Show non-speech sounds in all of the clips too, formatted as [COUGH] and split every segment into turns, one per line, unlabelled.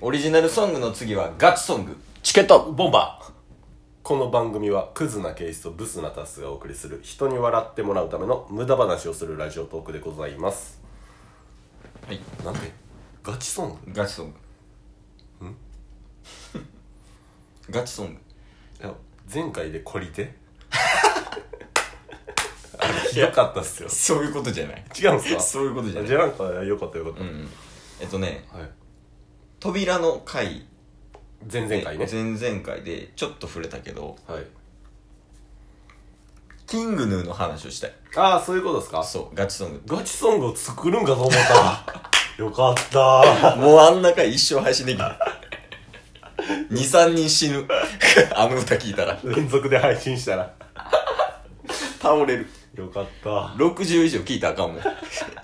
オリジナルソングの次はガチソング。
チケット
ボンバーこの番組はクズなケースとブスなタスがお送りする人に笑ってもらうための無駄話をするラジオトークでございます
はい。
なんでガチソング
ガチソング。 [LAUGHS]
ん
ガチソング。
いや前回でこり
[LAUGHS]
てあれひどかったっすよ
そういうことじゃない。
違うんす
[LAUGHS]
か
そういうことじゃない
じゃあなんかよかったよかった、
うん。えっとね、
はい、
扉の回
前々回ね
前々回でちょっと触れたけど、
はい
キングヌーの話をしたい。
ああそういうことですか
そう、ガチソング。
ガチソングを作るんかと思った。よかっ
[LAUGHS]
た。
もうあんな回一生配 [LAUGHS] 信できない。2、3人死ぬ。 [LAUGHS] あの歌聞いたら。
連続で配信したら。
倒れる。
よかった。
60以上聞いたらあか [LAUGHS] んもん。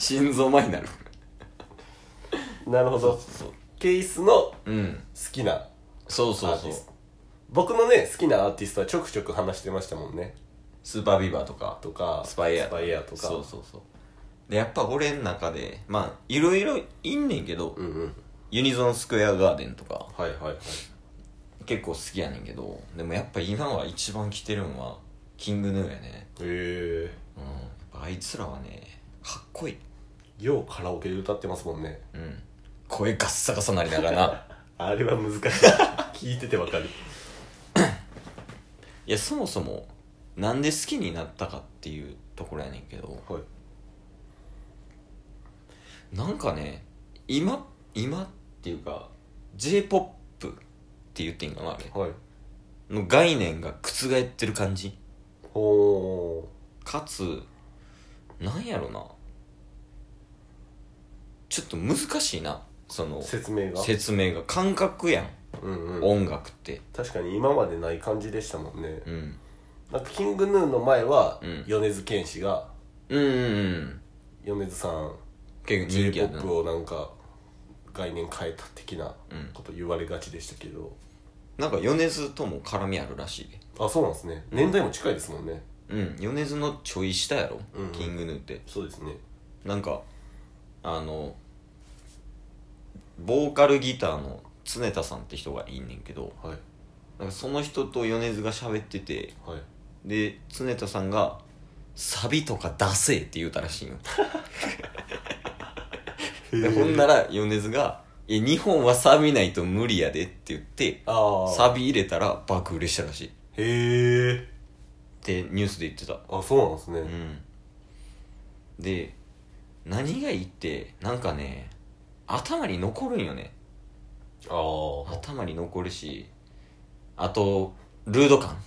心臓麻痺なる。
なるほど。ケイスの好
うん。
きな
そう
ア
そう
ーテ
そう
ィ。スト。僕のね、好きなアーティストはちょくちょく話してましたもんね。
スーパービーバーとか。
とか、
スパイエア
スパイエアとか。
そうそうそうでやっぱ俺の中でまあいろいろいんねんけど、
うんうん。
ユニゾンスクエアガーデンとか
はいはいはい。
結構好きやねんけどでもやっぱ今は一番来てるんはキングヌーやね
へ
うんやっぱあいつらはねかっこいい
え。ようカラオケで歌ってますもんね。
うん声ガッサガサなりながらな
[LAUGHS] あれは難しい。聞いててわかる。
いやそもそもなんで好きになったかっていうところやねんけど
はい。
なんかね今今っていうか j p o p って言っていいんかなあれ
はい。
の概念が覆ってる感じ
ほ
かつなんやろなちょっと難しいなその
ー。説明が。
説明が感覚やん、
うんうん。
音楽って
確かに今までない感じでしたもんね。
うん
なんかキングヌーの前は、
うん
米津玄師が
うんうんうん
米津さん
結構人気
j
や
p
な
o p をなんか概念変えた的な
うん
こと言われがちでしたけど、
なんか米津とも絡みあるらしいで
あそうなんですね年代も近いですもんね、
うん米津のちょい下やろ、
うんうん
キングヌーって
そうですね
なんかあのボーカルギターの常田さんって人がいんねんけど
はい
なんかその人と米津が喋ってて
はい
で常田さんが「サビとか出せ」って言うたらしいよでほんなら米津が「いや日本はサビないと無理やで」って言って
ああ
サビ入れたら爆売れしたらしいっ
へえ
てニュースで言ってた
あそうなんですね、
うんで何がいいってなんかね頭に残るんよね
ああ
頭に残るしあとルード感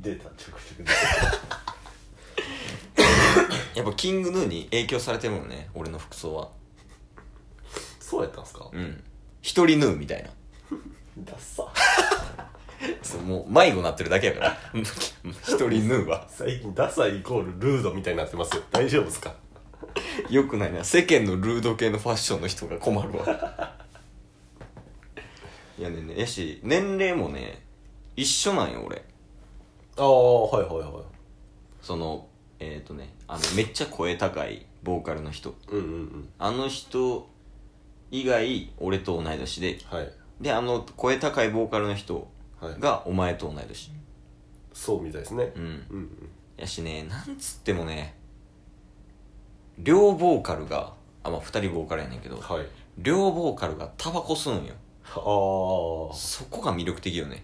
出たちょくちょく出
やっぱキングヌーに影響されてるもんね俺の服装は
たそうやったんすか、
うん一人ヌーみたいな
ダッサ
そうもう迷子なってるだけやから一人ヌーは
最近ダサイコールルードみたいになってますよ大丈夫ですか
よくないな世間のルード系のファッションの人が困るわいやねんねやし年齢もね一緒なんよ俺
ああはいはいは
そのえっ、ー、とねあのめっちゃ声高いボーカルの人
いうんうんうん
あの人以外俺と同い年で
はい
であの声高いボーカルの人
はい
がお前と同い年
そうみたいですね
う、ん
うん、うん
やしねなんつってもね両ボーカルがあまあ2人ボーカルやねんけど
はい
両ボーカルがタバコ吸うんよ
ああそ
そこが魅力的よね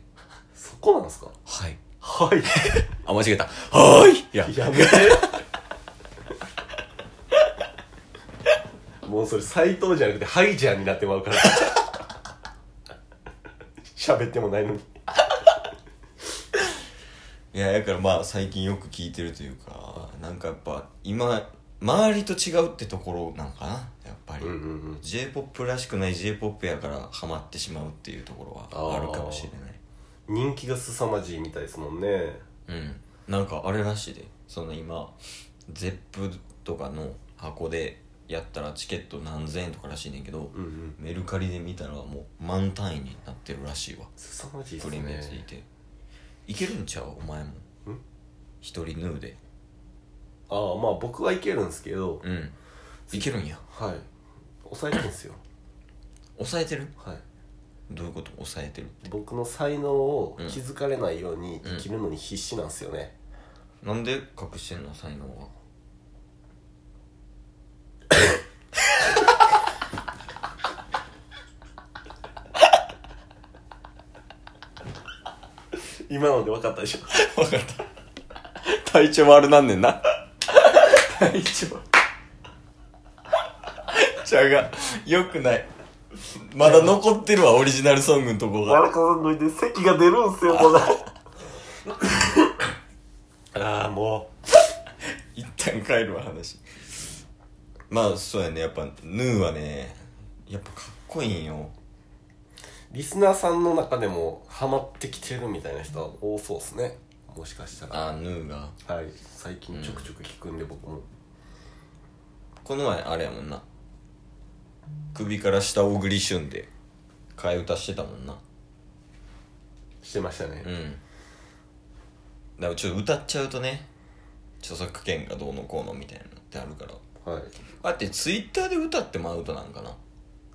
こなんですか
はい
はい
あ間違えたはーいいや
やめてもうそれ斎藤じゃなくてハイジャーになってまうから喋ってもないのに
いやだからまあ最近よく聞いてるというかなんかやっぱ今周りと違うってところなんかなやっぱり、
うんうんうん
j p o p らしくない j p o p やからハマってしまうっていうところはあるかもしれない
人気が凄まじいみたいですもんね
うんなんかあれらしいでその今 ZEP とかの箱でやったらチケット何千円とからしいねんけど、
うんうん
メルカリで見たらもう満単位になってるらしいわ
凄まじいっす
プレミアつい
ね
ていけるんちゃうお前も
ん
一人ヌーで
ああまあ僕はいけるんですけど
うんいけるんや
はい抑えてんすよ
抑えてる
はい
どういうこと抑えてるって
僕の才能を気づかれないように生きるのに必死なんですよね、
なんで隠してんの才能は
今ので分かったでしょ
[LAUGHS] 分かった体調悪なんねんな
大丈夫
茶がよくないまだ残ってるわオリジナルソングのとこが
かさんのいて咳が出るんすよこの [LAUGHS] ああも
一旦帰るわ話まあそうやねやっぱヌーはねやっぱかっこいいんよ
うリスナーさんの中でもハマってきてるみたいな人は多そうですねもしかしたら
あヌーが
はい最近ちょくちょく聞くんで僕も、
この前あれやもんな首から下をぐりしゅんで替え歌してたもんな
してましたね、
うんだからちょっと歌っちゃうとね著作権がどうのこうのみたいなのってあるから
はい
あってツイッターで歌ってもアウトなんかな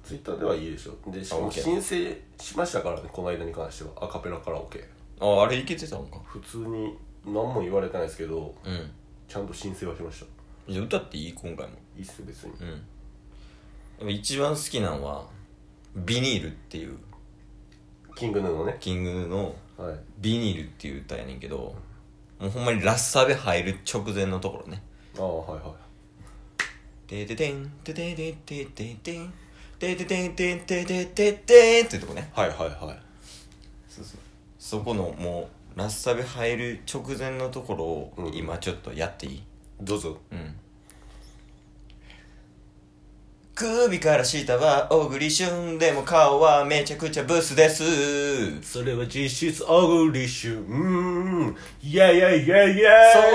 ツイッターではいいでしょでしか
あ
も
OK
申請しましたからねこの間に関してはアカペラカラオケ
ああれいけてたのか
普通に何も言われてないですけど
うん
ちゃんと申請はしました
じゃあ歌っていい今回も
いいっすよ別に、
うんやっぱ一番好きなのはビニールっていう
キングヌーのね
キングヌーの
はい
ビニールっていう歌やねんけどもうほんまにラッサビ入る直前のところね
ああはいはい
てててんててててててんてててんてててててんっていうとこね
はいはいはい
そうそうそこのもうラッサビ入る直前のところ
う
を
ん
今ちょっとやっていい
どうぞ
うん首から下は小栗旬でも顔はめちゃくちゃブスです
それは実質オグリッシュうんイェイイェイイェイイェイ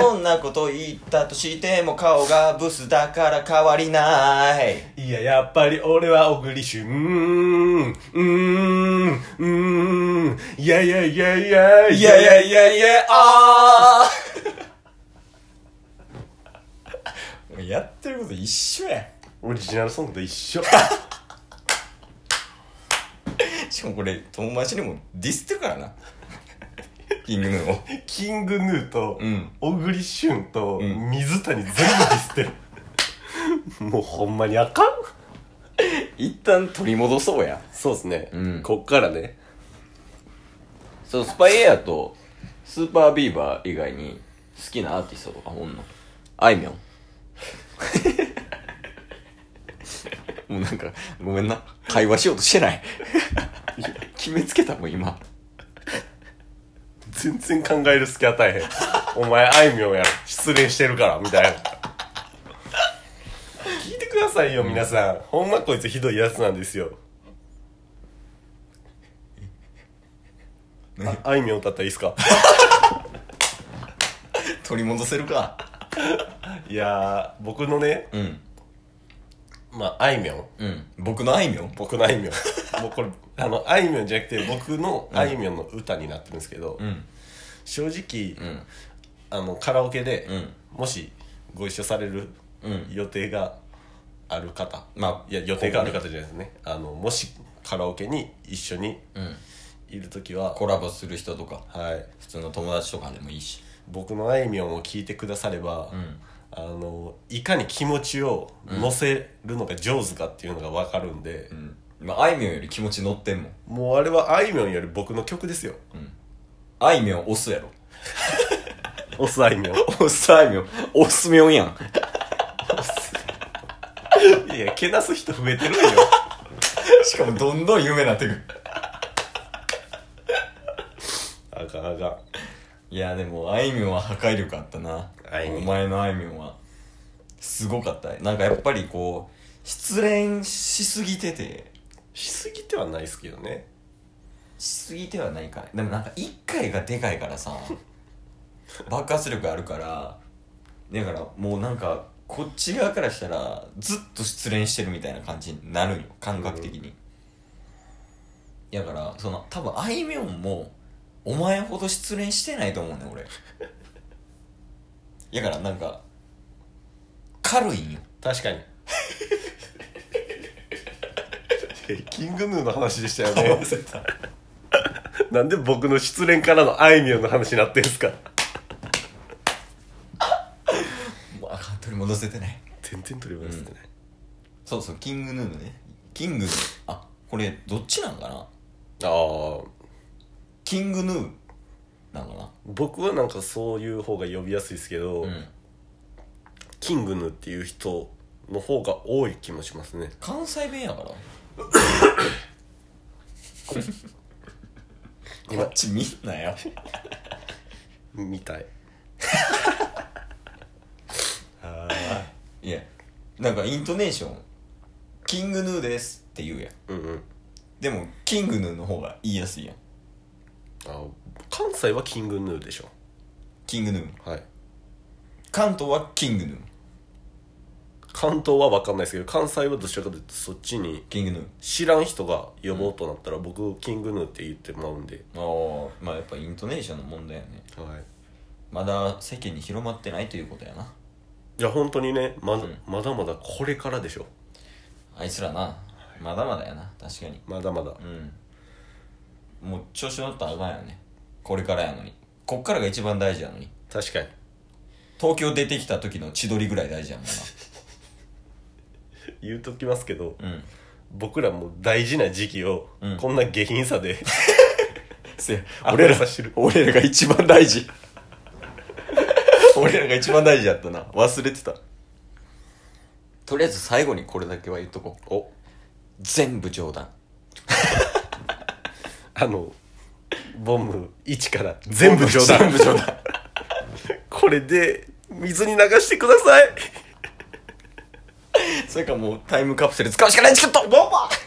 そんなこと言ったとしても顔がブスだから変わりない
いや、やっぱり俺はオグリッシュ。うーん、うーん、うーん。いやいやいやいや
いやいやいやいやあー [LAUGHS] やってること一緒や
オリジナルソングと一 [LAUGHS] 緒。
しかもこれ友達にもディスってるからな [LAUGHS] キングヌーを
キングヌーと
うん、
オグリッシュンと、
ん
水谷全部ディスって [LAUGHS] る。もうほんまにあかん
一旦取り戻そうや
そうですね。
うん
こっからね。
そうスパイエアとスーパービーバー以外に好きなアーティストとかおんのあい [LAUGHS] みょんもうなんかごめんな会話しようとしてない [LAUGHS] 決めつけたもん今
全然考える隙与えへん。お前、あいみょんやろ。失恋してるから、みたいな。聞いてくださいよ、皆さん。ほんまこいつひどいやつなんですよ。ああいみょん歌ったらいいっすか
取り戻せるか
いやー、僕のね、
うん
まあ、あいみょん。
うん僕のあいみょん
僕のあいみょん。もうこれ、あの、あいみょんじゃなくて、僕のあいみょんの歌になってるんですけど、
ん
正直、
うん
あの、カラオケで、
うん
もしご一緒される
うん
予定がある方、
まあ
いや予定がある方じゃないですねあのもしカラオケに一緒に
うん
いる時は、
コラボする人とか
はい、
普通の友達とかでもいいし
僕のあいみょんを聞いてくだされば、
ん
あのいかに気持ちを乗せるのが上手かっていうのが分かるんで
う、んまああいみょんより気持ち乗ってんもん
もうあれはあいみょんより僕の曲ですよ
あいみょん押すやろ
オスあ
[LAUGHS]
いみょん
押すあいみょん押すみょんやん
いやけなす人増えてるよ
しかもどんどん夢なってくる
あかんあかん
いやでもあいみょんは破壊力あったな
あいみょん
お前のあいみょんはすごかったなんかやっぱりこう失恋しすぎてて
しすぎてはないですけどね
しすぎてはないからでもなんか1回がでかい [LAUGHS] からさ爆発力あるからだからもうなんかこっち側からしたらずっと失恋してるみたいな感じになるんよ感覚的に、だからその多分あいみょんもお前ほど失恋してないと思うねん俺だからなんか軽いんよ
確かに [LAUGHS] キングヌーの話でしたよ
合
ね [LAUGHS]
わせた
なんで僕の失恋からのあいみょんの話になってんすか
もうあかん取り戻せてない
全然取り戻せてない、
そうそうキングヌーのねキングヌーあこれどっちなんかな
ああ
キングヌーなのかな
僕はなんかそういう方が呼びやすいですけど、
うん
キングヌーっていう人の方が多い気もしますね
関西弁や [LAUGHS] からこっちみんな [LAUGHS] よ
みたい
いやなんかイントネーション「キングヌーです」って言うやん
うんうん
でもキングヌーの方が言いやすいやん
あ関西はキングヌーでしょ
キングヌー
はい
関東はキングヌー
関東は分かんないですけど関西はどちらかというとそっちに
キングヌー
知らん人が呼ぼうとなったら、僕キングヌーって言ってもらうんで、
ああまあやっぱイントネーションの問題やね
はい、
まだ世間に広まってないということやない
や本当にねまだ
うん
まだまだこれからでしょ
あいつらなまだまだやな確かに
まだまだ
うんもう調子乗ったらあかんよねこれからやのにこっからが一番大事やのに
確かに
東京出てきた時の千鳥ぐらい大事やもん
言うときますけど、
なうん
僕らもう大事な時期を、
うん
こんな下品
[LAUGHS]
さで
せや
俺らさしてる
俺らが一番大事俺らが一番大事やったな忘れてたとりあえず最後にこれだけは言っとこう
お
全部冗談
あのボム1から全部冗談
全部冗談
これで水に流してください
それかもうタイムカプセル使うしかないんですけどボンバー